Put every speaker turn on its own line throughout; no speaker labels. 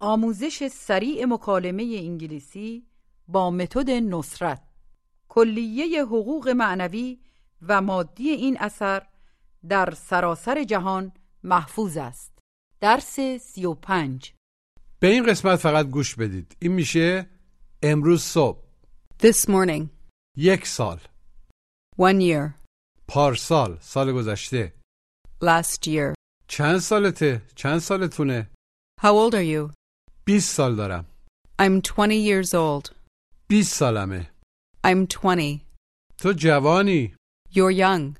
آموزش سریع مکالمه انگلیسی با متد نصرت کلیه حقوق معنوی و مادی این اثر در سراسر جهان محفوظ است درس سی و پنج
به این قسمت فقط گوش بدید این میشه امروز صبح
This morning,
یک سال
one year,
پارسال سال گذشته
last year.
چند سالته چند سالتونه
How old are you?
20 سال دارم
I'm 20 years old.
20 سالمه
I'm 20.
تو جوانی
You're young.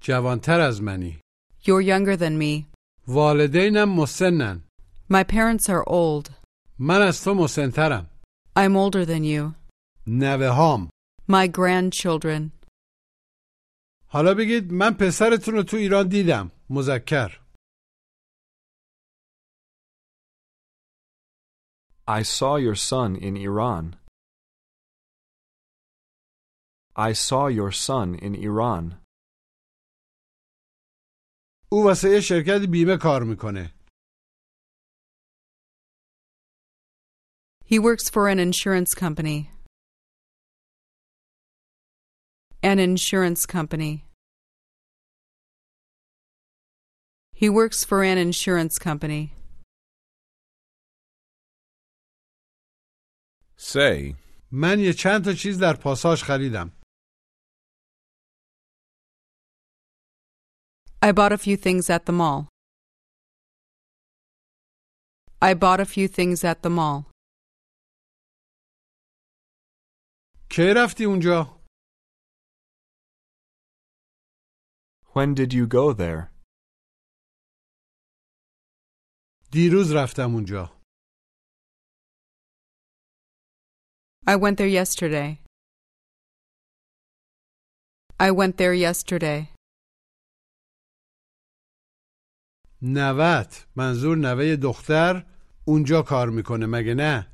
جوانتر از منی
You're younger than me.
والدینم مسنن
My parents are old.
من از تو مسنترم
I'm older than you.
نوهام
My grandchildren.
حالا بگید من پسرتون رو تو ایران دیدم مذکر
I saw your son in Iran. I saw your son in Iran.
او واسه یه شرکت بیمه کار میکنه
He works for an insurance company. An insurance company. He works for an insurance company.
Say,
من یه چند تا چیز در پاساژ خریدم
I bought a few things at the mall. I bought a few things at the mall.
کی رفتی اونجا
When did you go there?
دیروز رفتم اونجا
I went there yesterday. I went there yesterday.
نوت منظور نوه دختر اونجا کار میکنه مگه نه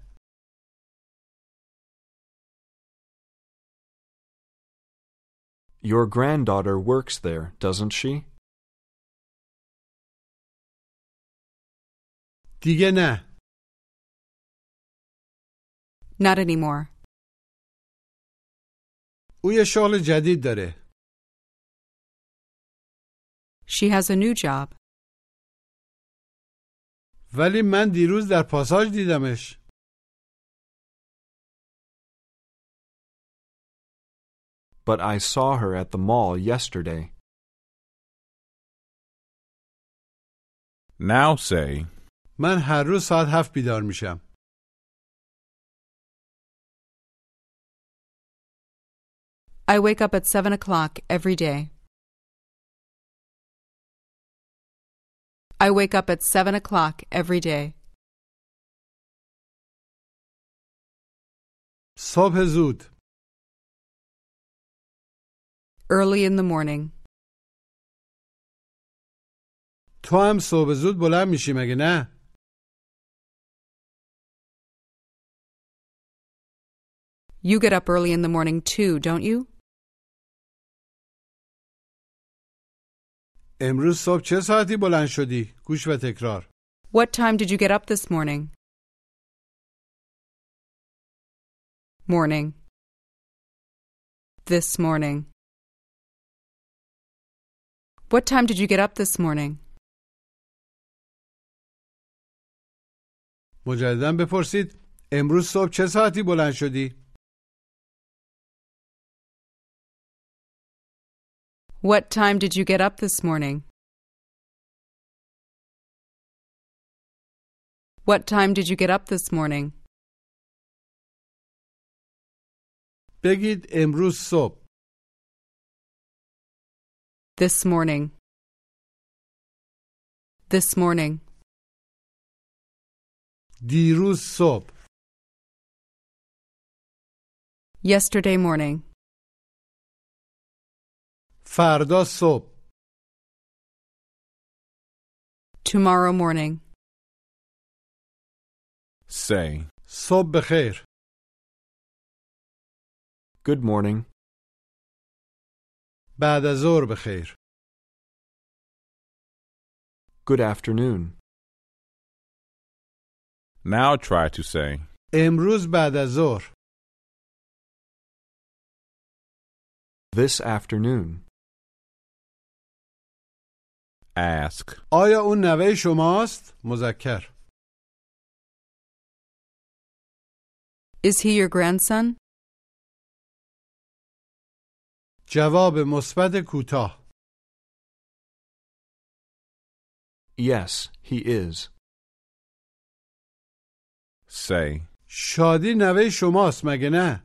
Your granddaughter works there, doesn't she?
دیگه نه
Not anymore.
او یه شغل جدید داره
She has a new job.
ولی من دیروز در پاساژ دیدمش
But I saw her at the mall yesterday.
now say,
من هر روز ساعت هفت بیدار میشم
I wake up at 7 o'clock every day. I wake up at 7 o'clock every day.
صبح زود
Early in the morning.
تو هم صبح زود بلند میشی مگه نه
You get up early in the morning too, don't you?
امروز صبح چه ساعتی بلند شدی گوش و تکرار
What time did you get up this morning? Morning. This morning. What time did you get up this morning?
مجددا بپرسید امروز صبح چه ساعتی بلند شدی
What time did you get up this morning? What time did you get up this morning?
بگید امروز صبح
This morning. This morning.
دیروز صبح
Yesterday morning.
فردا صبح
Tomorrow morning.
say,
صبح بخیر
Good morning.
بعد از ظهر بخیر
Good afternoon.
Now try to say,
امروز بعد از ظهر
This afternoon.
ask.
آیا اون نوه شماست؟ مذکر
Is he your grandson?
جواب مثبت کوتاه
Yes, he is.
Say,
شادی نوه شماست مگه نه؟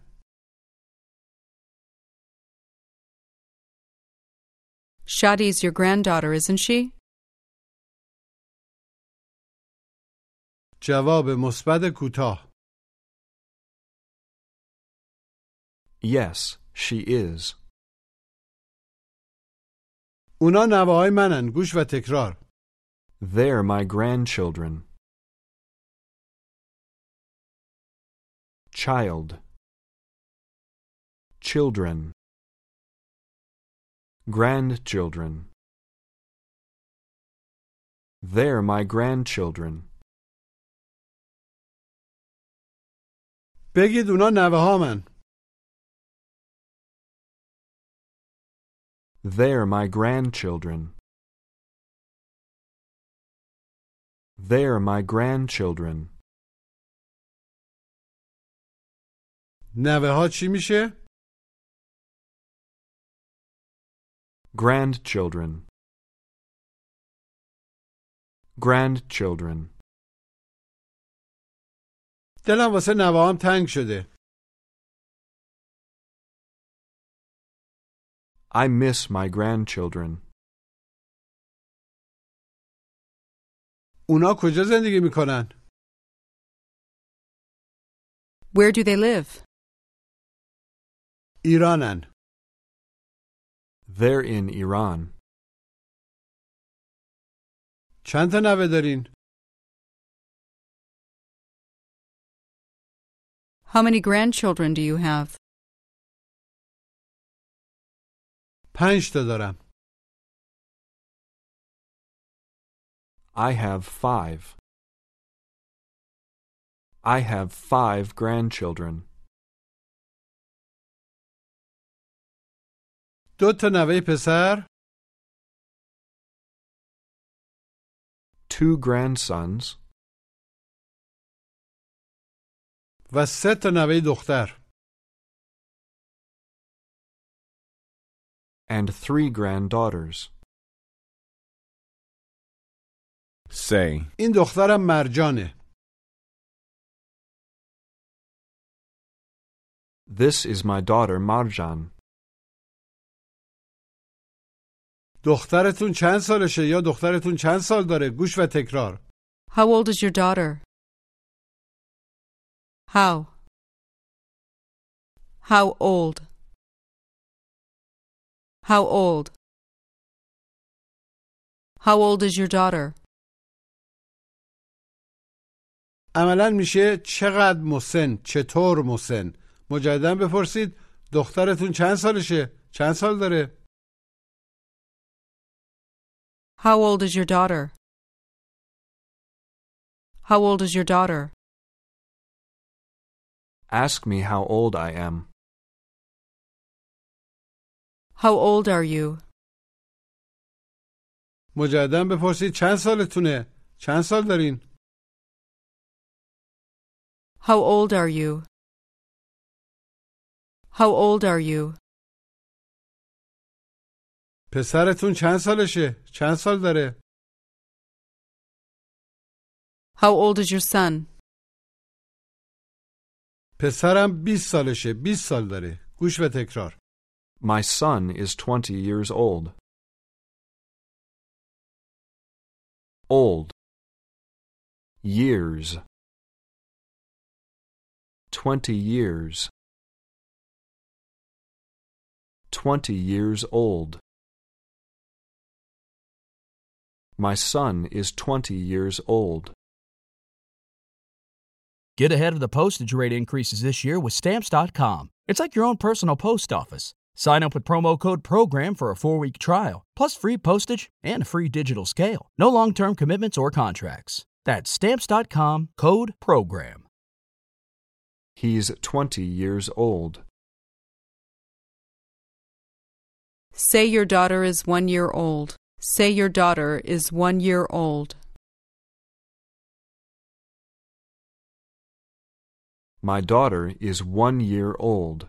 Shadi's your granddaughter, isn't she?
جواب مثبت کوتاه
Yes, she is.
اونا نوه های منن گوش و تکرار
They're my grandchildren. Child. Children. Grandchildren. They're my grandchildren.
بگید اونا نوه ها من
They're my grandchildren. They're my grandchildren.
نوه ها چی میشه؟
Grandchildren. Grandchildren.
دلم واسه نوه هم تنگ شده
I miss my grandchildren.
اونا کجا زندگی میکنن؟
Where do they live?
ایرانن
They're in Iran.
چند تا نوه دارین؟
How many grandchildren do you have?
پنج تا دارم
I have five. I have five grandchildren.
دو تا نوه پسر
Two grandsons
و سه تا نوه دختر
and three granddaughters.
Say,
این دخترم مرجانه
This is my daughter Marjan.
دخترتون چند سالشه یا دخترتون چند سال داره گوش و تکرار
How old is your daughter? How? How old? How old? How old is your daughter?
عملا میشه چقدر مسن چطور مسن مجددا بپرسید دخترتون چند سالشه چند سال داره
How old is your daughter? How old is your daughter?
Ask me how old I am.
How old are you?
مجددا بپرسید چند سالتونه چند سال دارین
How old are you? How old are you?
پسرتون چند سالشه چند سال داره
How old is your son?
پسرم 20 سالشه 20 سال داره گوش و تکرار
My son is 20 years old. Old. Years. 20 years. 20 years old. My son is 20 years old.
Get ahead of the postage rate increases this year with stamps.com. It's like your own personal post office. Sign up with promo code PROGRAM for a four week trial, plus free postage and a free digital scale. No long term commitments or contracts. That's stamps.com code program.
He's 20 years old.
Say your daughter is one year old. Say your daughter is one year old.
My daughter is one year old.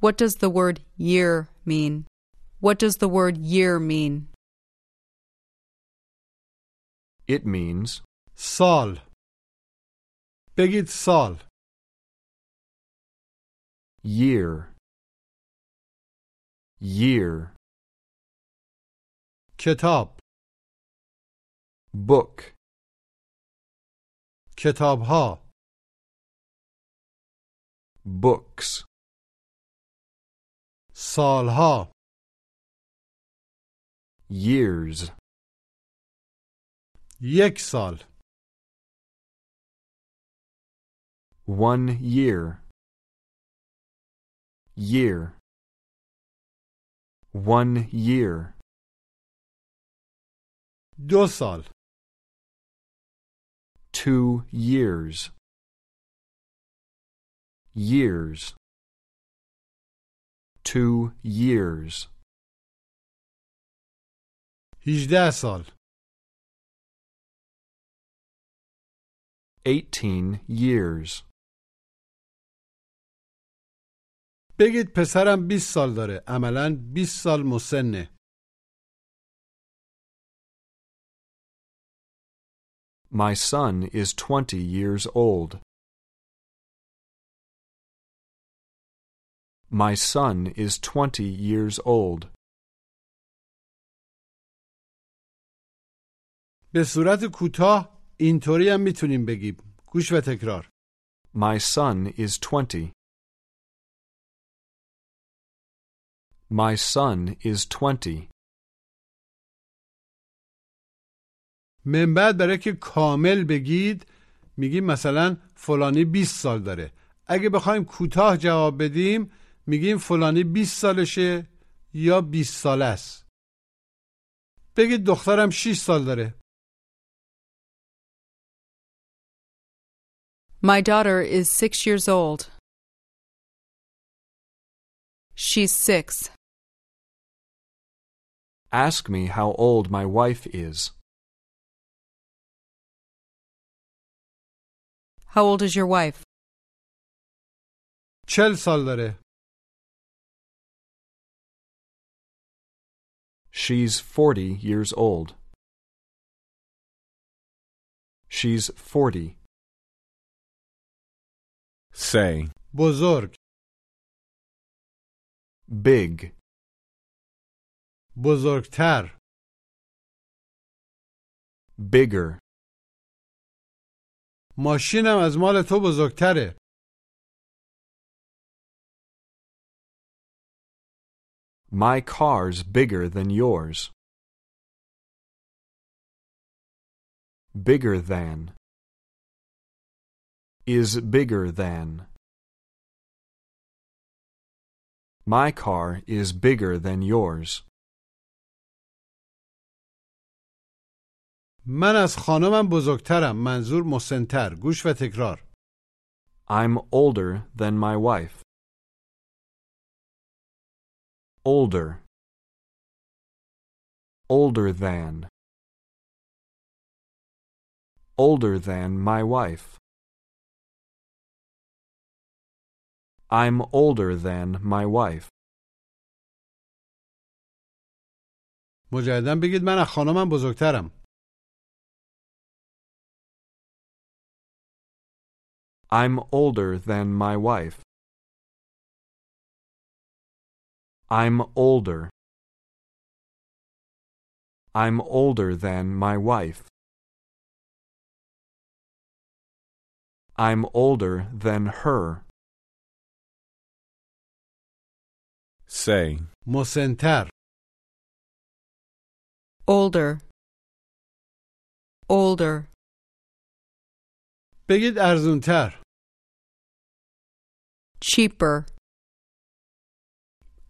What does the word year mean? What does the word year mean?
It means
سال بگید سال
year. Year.
کتاب
Book.
کتابها
Books.
سالها
Years.
یک سال
One year. Year. One year.
دو سال
Two years. Years. Two years.
18 سال
Eighteen years.
بگید پسرم 20 سال داره عملا 20 سال مسنه
My son is twenty years old. My son is twenty years old.
به صورت کوتاه اینطوری هم میتونیم بگیم گوش و تکرار
My son is twenty. My son is twenty.
من بعد برای که کامل بگید میگیم مثلا فلانی 20 سال داره اگه بخوایم کوتاه جواب بدیم میگیم فلانی 20 سالشه یا 20 ساله است بگید دخترم 6 سال داره
My daughter is six years old. She's six.
Ask me how old my wife is.
How old is your wife?
40 سال داره
She's 40 years old. She's 40.
say,
بزرگ
Big.
بزرگتر
Bigger.
ماشینم از مال تو بزرگتره
My car's bigger than yours. Bigger than. Is bigger than. My car is bigger than yours.
من از خانمم بزرگترم منظور مسنتر گوش و تکرار
I'm older than my wife. Older. Older than. Older than my wife. I'm older than my wife.
مجددا بگید من از خانمم بزرگترم
I'm older than my wife. I'm older. I'm older than my wife. I'm older than her.
say,
مسنتر
Older. Older.
بگید ارزونتر
Cheaper.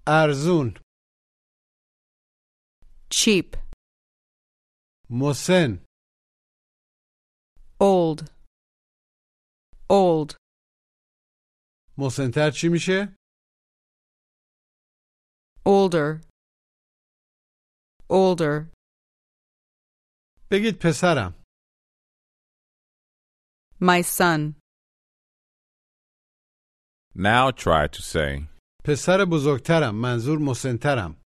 ارزون
Cheap.
مسن
old, old,
مسنتر چی میشه؟
older, older,
بگید پسرم
my son,
Now try to say,
پسر بزرگترم منظور مسنترم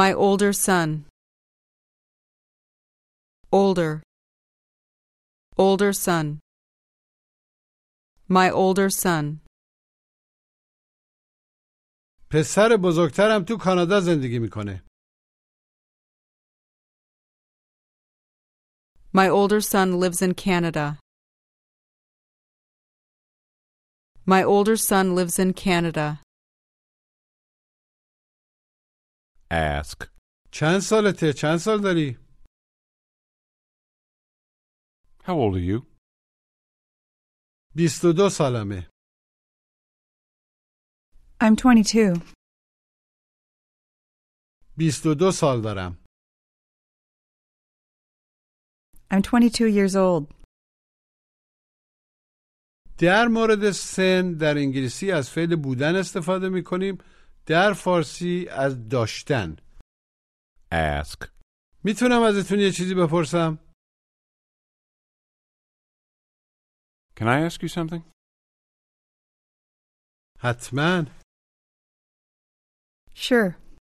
my older son, older, older son, my older son,
پسر بزرگترم تو کانادا زندگی میکنه
my older son lives in Canada. My older son lives in Canada.
ask,
چند سالته چند سال داری
How old are you?
22 سالمه
I'm 22.
22 سال دارم
I'm 22 years old.
در مورد سن در انگلیسی از فعل بودن استفاده میکنیم در فارسی از داشتن
Ask,
میتونم ازتون یه چیزی بپرسم
Can I ask you something?
حتما
Sure.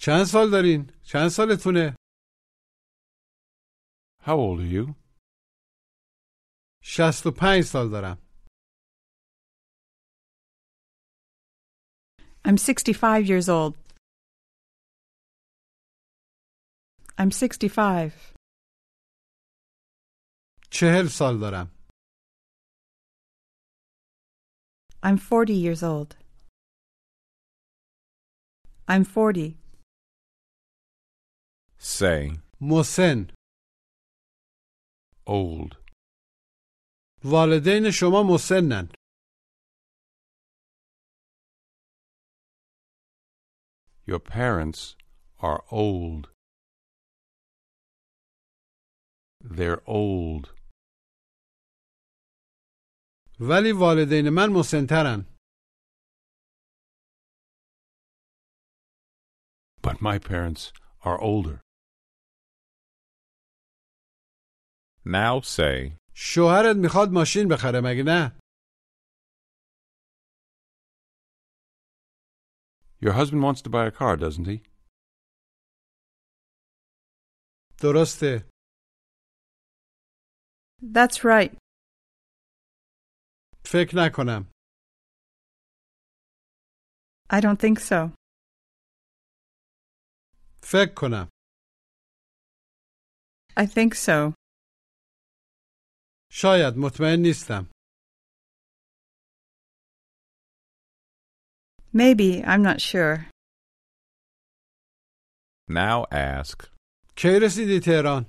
چند سال دارین چند سالتونه
How old are you?
65 سال دارم
I'm 65 years old. I'm 65.
چهل سال دارم
I'm 40 years old. I'm 40.
Say,
مسن
Old.
والدین شما مسنن
Your parents are old. They're old.
ولی والدین من مسنترن
But my parents are older. Now say,
شوهرت میخواد ماشین بخره مگه نه
Your husband wants to buy a car, doesn't he?
درسته
That's right.
فکر نکنم
I don't think so.
فکر کنم
I think so.
شاید مطمئن نیستم
Maybe. I'm not sure.
Now ask,
کی رسیدی تهران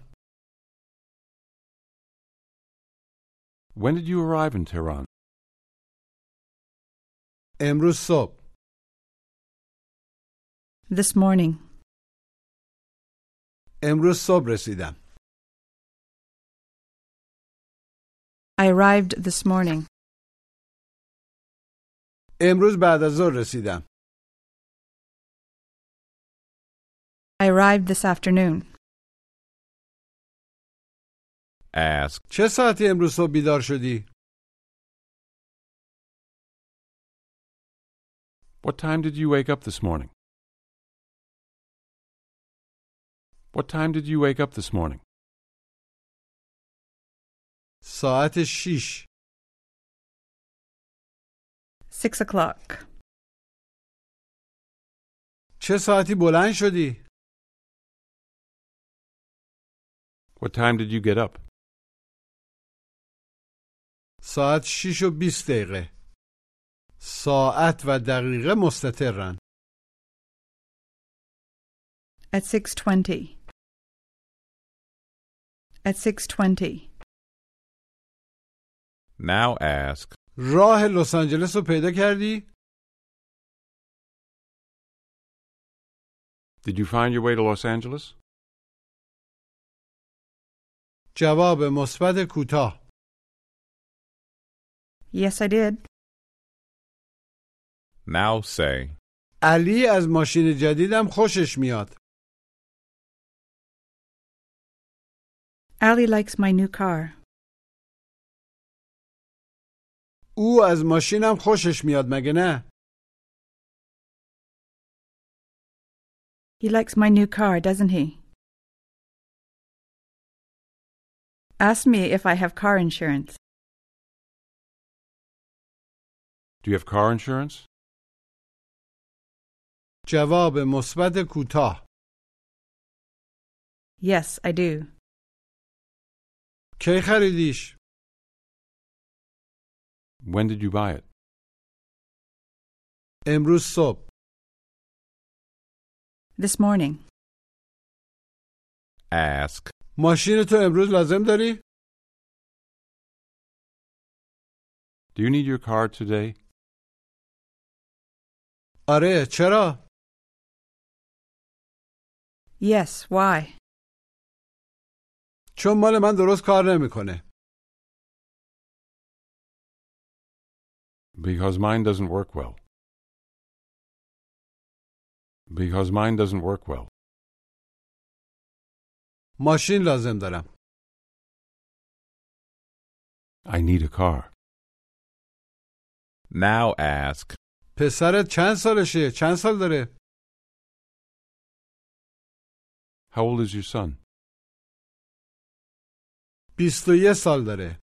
When did you arrive in Tehran?
امروز صبح
This morning.
امروز صبح رسیدم
I arrived this morning.
امروز بعد از ظهر رسیدم
I arrived this afternoon.
Ask,
چه ساعتی امروز صبح بیدار شدی
What time did you wake up this morning? What time did you wake up this morning?
ساعت 6
Six o'clock.
چه ساعتی بلند شدی
What time did you get up?
ساعت 6 و 20 دقیقه ساعت و دقیقه مستطرن
At 6:20. At 6:20.
Now ask,
راه لس آنجلس رو پیدا کردی
Did you find your way to Los Angeles?
جواب مثبت کوتاه
Yes, I did.
Now say,
علی از ماشین جدیدم خوشش میاد
Allie likes my new car.
او از ماشینم خوشش میاد مگه نه
He likes my new car, doesn't he? Ask me if I have car insurance.
Do you have car insurance?
جواب مثبت کوتاه
Yes, I do.
کی خریدیش
When did you buy it?
امروز صبح
This morning.
ask,
ماشین تو امروز لازم داری
Do you need your car today?
آره چرا
Yes, why?
چون مال من درست کار نمیکنه
Because mine doesn't work well. Because mine doesn't work well.
ماشین لازم دارم
I need a car.
now ask,
پسرت چند سالشه چند سال داره
How old is your son?
21 سال داره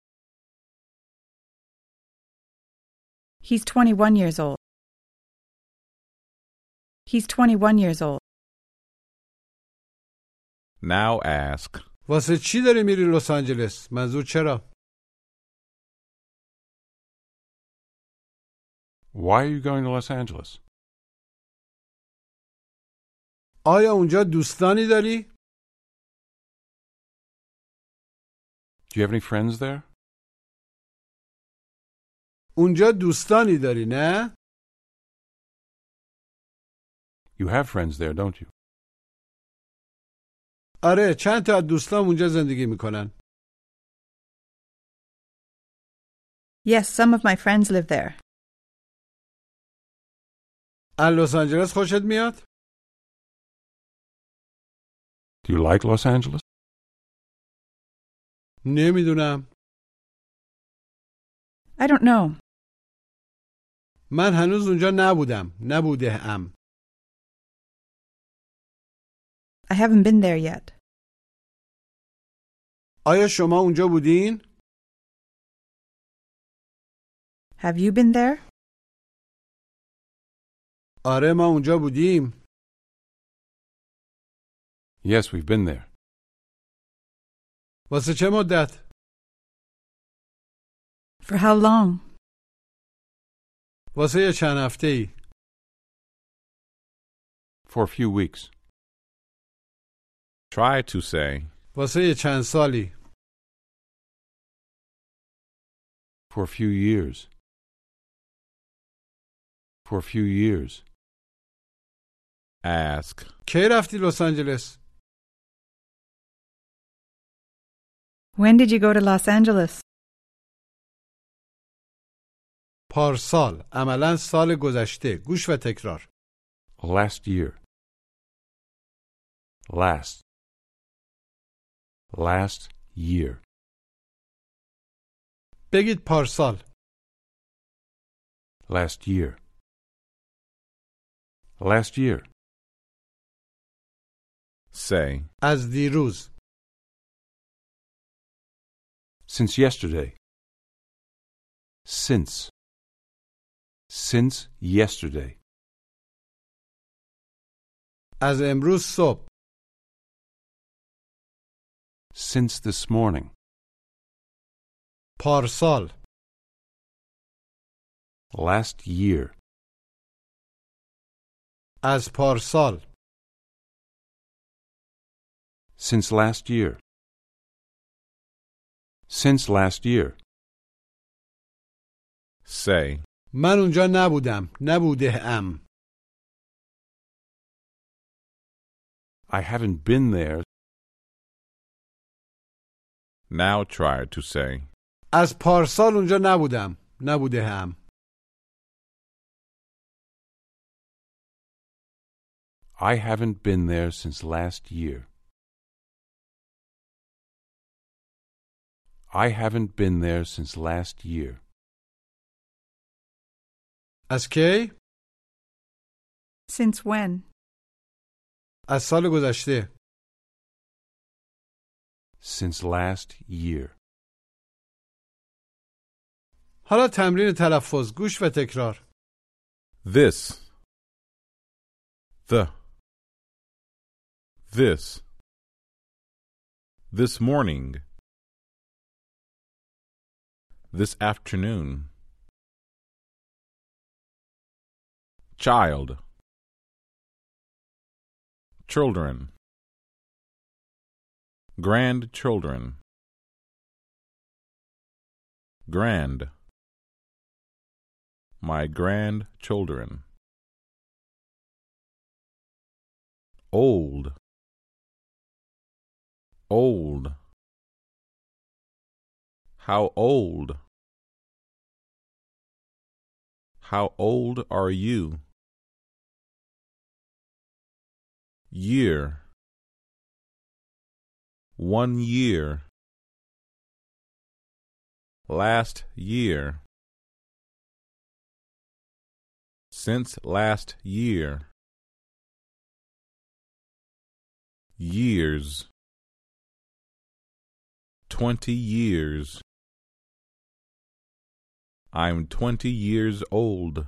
He's 21 years old. He's 21 years old.
now ask,
واسه چی داری میری لس آنجلس منظور چرا
Why are you going to Los Angeles?
آیا اونجا دوستانی داری
Do you have any friends there?
اونجا دوستانی داری نه
You have friends there, don't you?
آره چند تا از دوستام اونجا زندگی میکنن
Yes, some of my friends live there.
از لس آنجلس خوشت میاد
Do you like Los Angeles?
نمیدونم
I don't know.
من هنوز اونجا نبودم نبوده ام
I haven't been there yet.
آیا شما اونجا بودین
Have you been there?
آره ما اونجا بودیم
Yes, we've been there.
واسه چه مدت
For how long?
واسه یه چند هفته ای
For a few weeks.
try to say,
واسه یه چند سالی
For a few years. For a few years.
ask,
کی رفتی لس آنجلس
When did you go to Los Angeles?
پارسال عملا سال گذشته گوش و تکرار
Last year. Last. Last year.
بگید پارسال
Last year. Last year.
say,
از دیروز
Since yesterday. Since. Since yesterday.
از امروز صبح
Since this morning.
پارسال
Last year.
از پارسال
Since last year. Since last year.
say,
من اونجا نبودم نبوده ام
I haven't been there.
Now try to say.
از پارسال اونجا نبودم نبوده هم
I haven't been there since last year. I haven't been there since last year.
از کی؟
Since when?
از سال گذشته
Since last year.
حالا تمرین تلفظ گوش و تکرار
This. The. This. This morning. This afternoon. Child. Children. Grandchildren. Grand. My grandchildren. old old how old how old are you year one year last year since last year years 20 years I'm 20 years old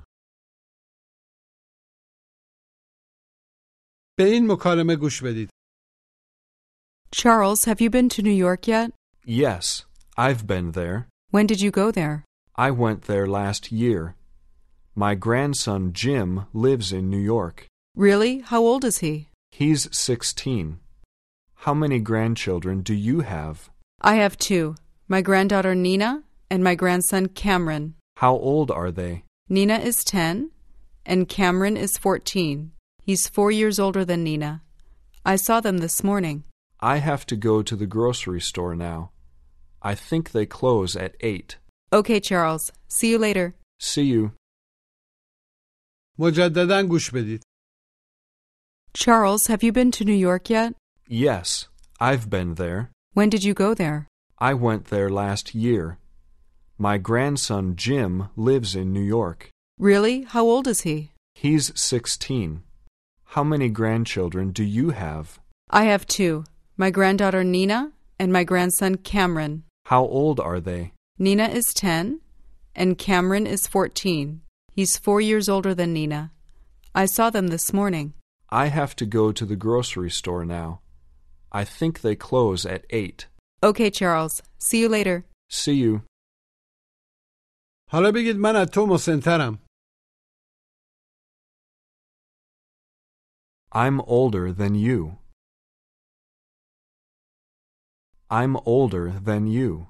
به این مکالمه گوش بدید
Charles, have you been to New York yet?
Yes, I've been there.
When did you go there?
I went there last year. My grandson Jim lives in New York.
Really? How old is he?
He's 16. How many grandchildren do you have?
I have two my granddaughter Nina and my grandson Cameron.
How old are they?
Nina is 10 and Cameron is 14. He's four years older than Nina. I saw them this morning.
I have to go to the grocery store now. I think they close at 8.
Okay, Charles. See you later.
See you.
مجددا گوش بدید
Charles, have you been to New York yet?
Yes, I've been there.
When did you go there?
I went there last year. My grandson Jim lives in New York.
Really? How old is he?
He's 16. How many grandchildren do you have?
I have two my granddaughter Nina and my grandson Cameron.
How old are they?
Nina is 10 and Cameron is 14. He's four years older than Nina. I saw them this morning.
I have to go to the grocery store now. I think they close at 8.
Okay, Charles. See you later.
See you.
حالا بگید من از تو مسنترم
I'm older than you. I'm older than you.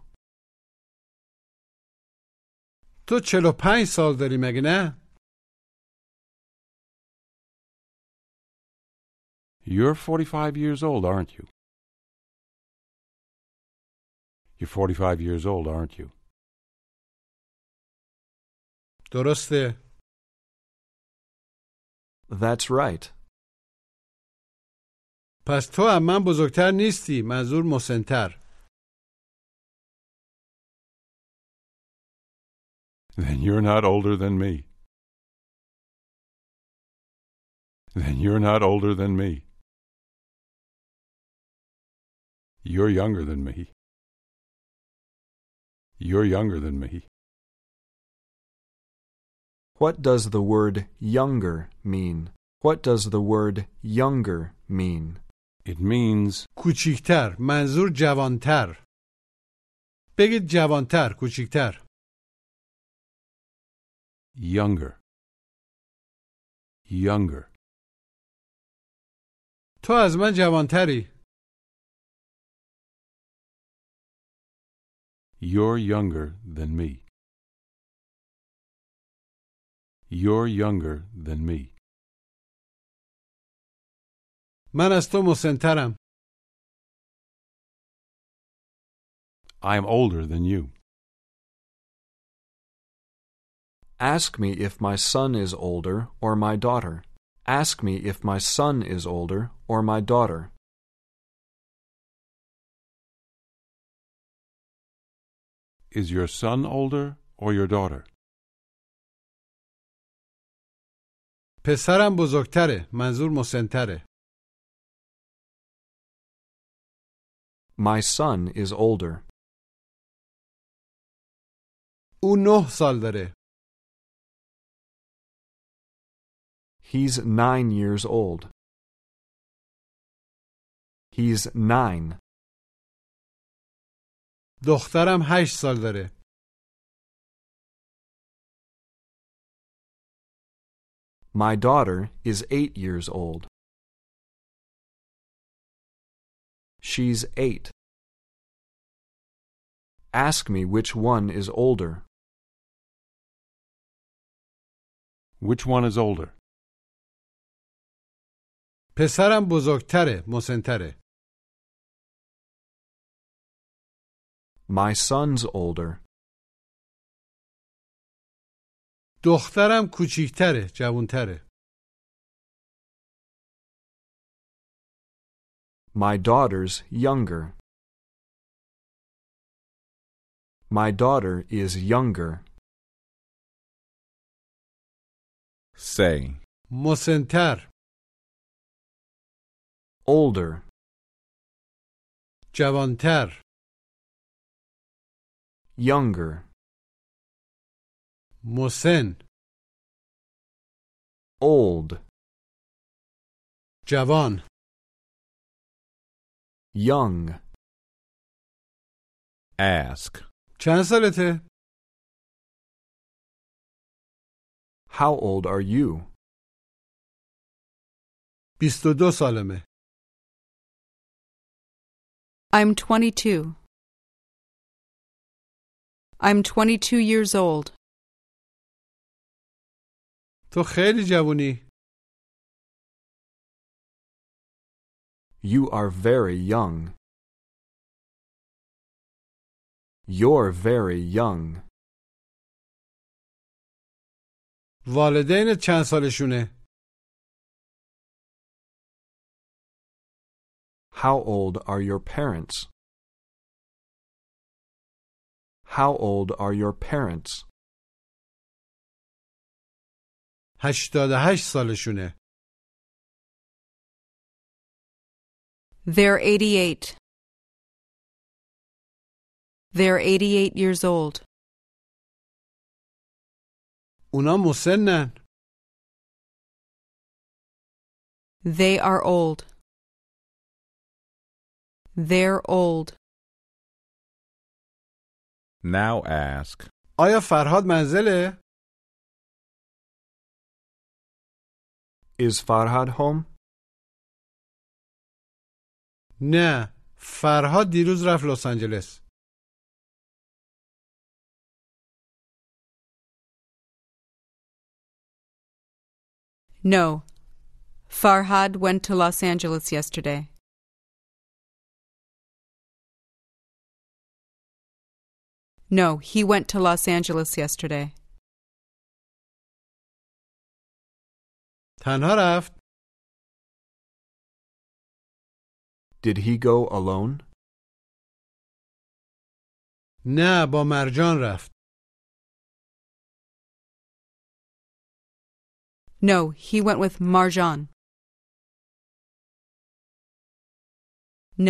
تو 45 سال داری مگه نه؟
You're 45 years old, aren't you? You're 45 years old, aren't you?
درسته
That's right.
پس تو هم من بزرگتر نیستی منظور مسنتر
Then you're not older than me. Then you're not older than me. You're younger than me. You're younger than me.
What does the word younger mean? What does the word younger mean?
It means
کوچیکتر منظور جوانتر بگید جوانتر کوچیکتر
younger. Younger.
تو از من جوانتری
You're younger than me. You're younger than me.
من از تو مسنترم
I am older than you.
Ask me if my son is older or my daughter. Ask me if my son is older or my daughter.
Is your son older or your daughter?
پسرم بزرگتره منظور مسنتره
My son is older.
او نه سال داره
He's nine years old. He's nine.
دخترم هشت سال داره
My daughter is eight years old. She's eight. Ask me which one is older.
Which one is older?
پسرم بزرگتره مسنتره
My son's older.
دخترم کوچیکتره جوونتره
My daughter's younger. My daughter is younger.
Say.
مسنتر
Older.
جوانتر
Younger.
مسن
Old.
جوان
Young.
Ask.
چند سالته؟
How old are you?
22 سالمه
I'm 22. I'm 22 years old.
تو خیلی جوونی
You are very young. You're very young.
والدینت چند سالشونه؟
How old are your parents? How old are your parents?
88 سالشونه
They're 88. They're 88 years old.
اونا مسنن
They are old. They're old.
Now ask.
آیا فرهاد منزله؟
Is Farhad home?
نه فرهاد دیروز رفت لس آنجلس
No. Farhad went to Los Angeles yesterday. No, he went to Los Angeles yesterday.
تنها رفت
Did he go alone?
نه با مرجان رفت
No, he went with Marjan.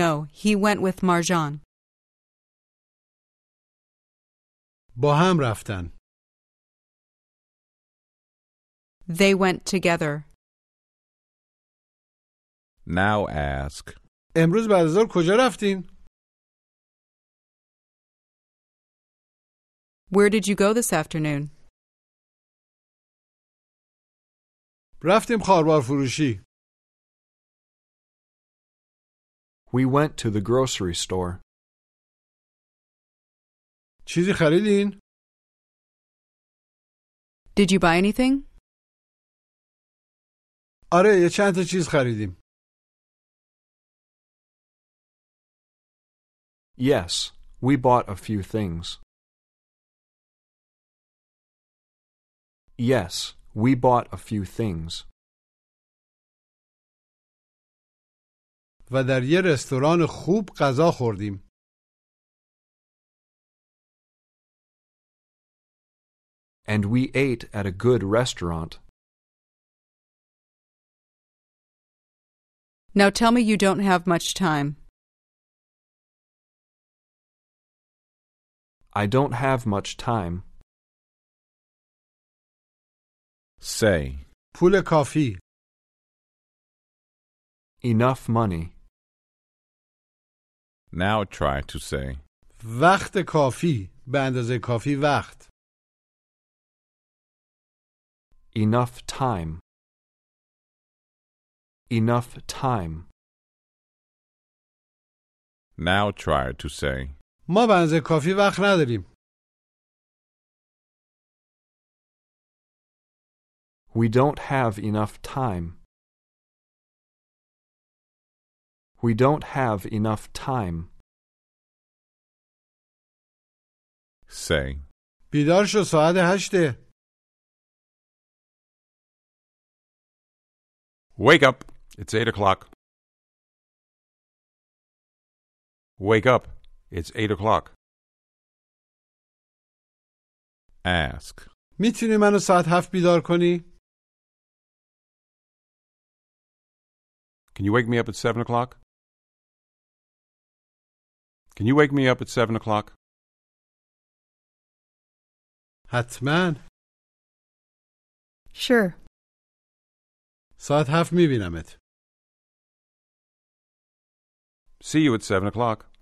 No, he went with Marjan.
با هم رفتن
They went together.
Now ask.
امروز بعد از ظهر کجا رفتین؟
Where did you go this afternoon?
رفتیم خاربار فروشی
We went to the grocery store.
چیزی خریدین؟
Did you buy anything?
آره یه چند تا چیز خریدیم
Yes, we bought a few things. Yes, we bought a few things.
و در یه رستوران خوب غذا خوردیم.
And we ate at a good restaurant.
Now tell me you don't have much time.
I don't have much time.
say,
پول کافی،
Enough money.
now try to say,
وقت کافی، به اندازه کافی وقت.
Enough time. Enough time.
now try to say,
ما به اندازه کافی وقت نداریم.
We don't have enough time. We don't have enough time.
say,
بیدار شو ساعت هشته.
Wake up. It's 8 o'clock. Wake up. It's 8 o'clock.
ask,
میتونی منو ساعت هفت بیدار کنی؟
Can you wake me up at 7 o'clock? Can you wake me up at 7 o'clock?
حتما.
Sure.
ساعت هفت میبینمت.
See you at 7 o'clock.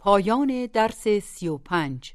پایان درس سی و پنج